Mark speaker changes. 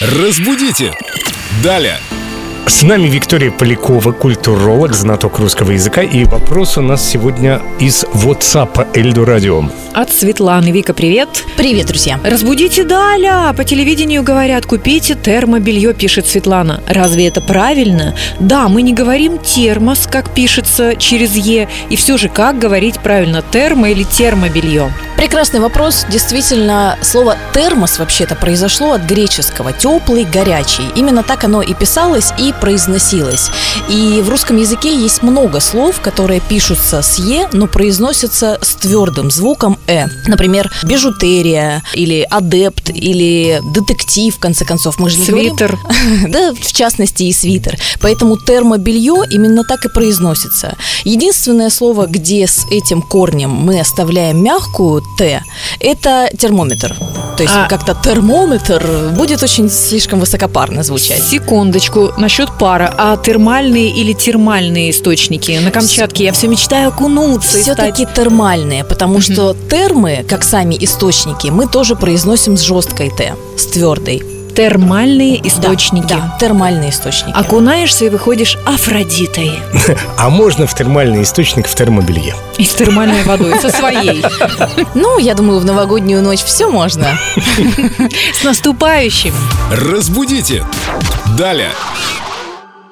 Speaker 1: Разбудите! Далее!
Speaker 2: С нами Виктория Полякова, культуролог, знаток русского языка. И вопрос у нас сегодня из WhatsApp Эльду Радио.
Speaker 3: От Светланы. Вика, привет.
Speaker 4: Привет, друзья.
Speaker 3: Разбудите Даля. По телевидению говорят, купите термобелье, пишет Светлана. Разве это правильно? Да, мы не говорим термос, как пишется через Е. И все же, как говорить правильно, термо или термобелье?
Speaker 4: Прекрасный вопрос. Действительно, слово термос вообще-то произошло от греческого теплый, горячий. Именно так оно и писалось и произносилось. И в русском языке есть много слов, которые пишутся с е, но произносятся с твердым звуком э. Например, бижутерия или адепт или детектив. В конце концов, мы же не говорим-
Speaker 3: Свитер.
Speaker 4: да, в частности и свитер. Поэтому термобелье именно так и произносится. Единственное слово, где с этим корнем мы оставляем мягкую «т», это термометр. То есть
Speaker 3: А-
Speaker 4: как-то термометр будет очень слишком высокопарно звучать.
Speaker 3: Секундочку, насчет пара. А термальные или термальные источники? На Камчатке я все мечтаю окунуться и стать
Speaker 4: Все-таки термальные, потому что термы, как сами источники, мы тоже произносим с жесткой «т», с твердой.
Speaker 3: термальные источники.
Speaker 4: Да, термальные источники.
Speaker 3: А Окунаешься и выходишь Афродитой.
Speaker 2: А можно в термальный источник в термобелье?
Speaker 3: И с термальной водой, со своей.
Speaker 4: Ну, я думаю, в новогоднюю ночь все можно.
Speaker 3: С наступающим!
Speaker 1: Разбудите! Далее!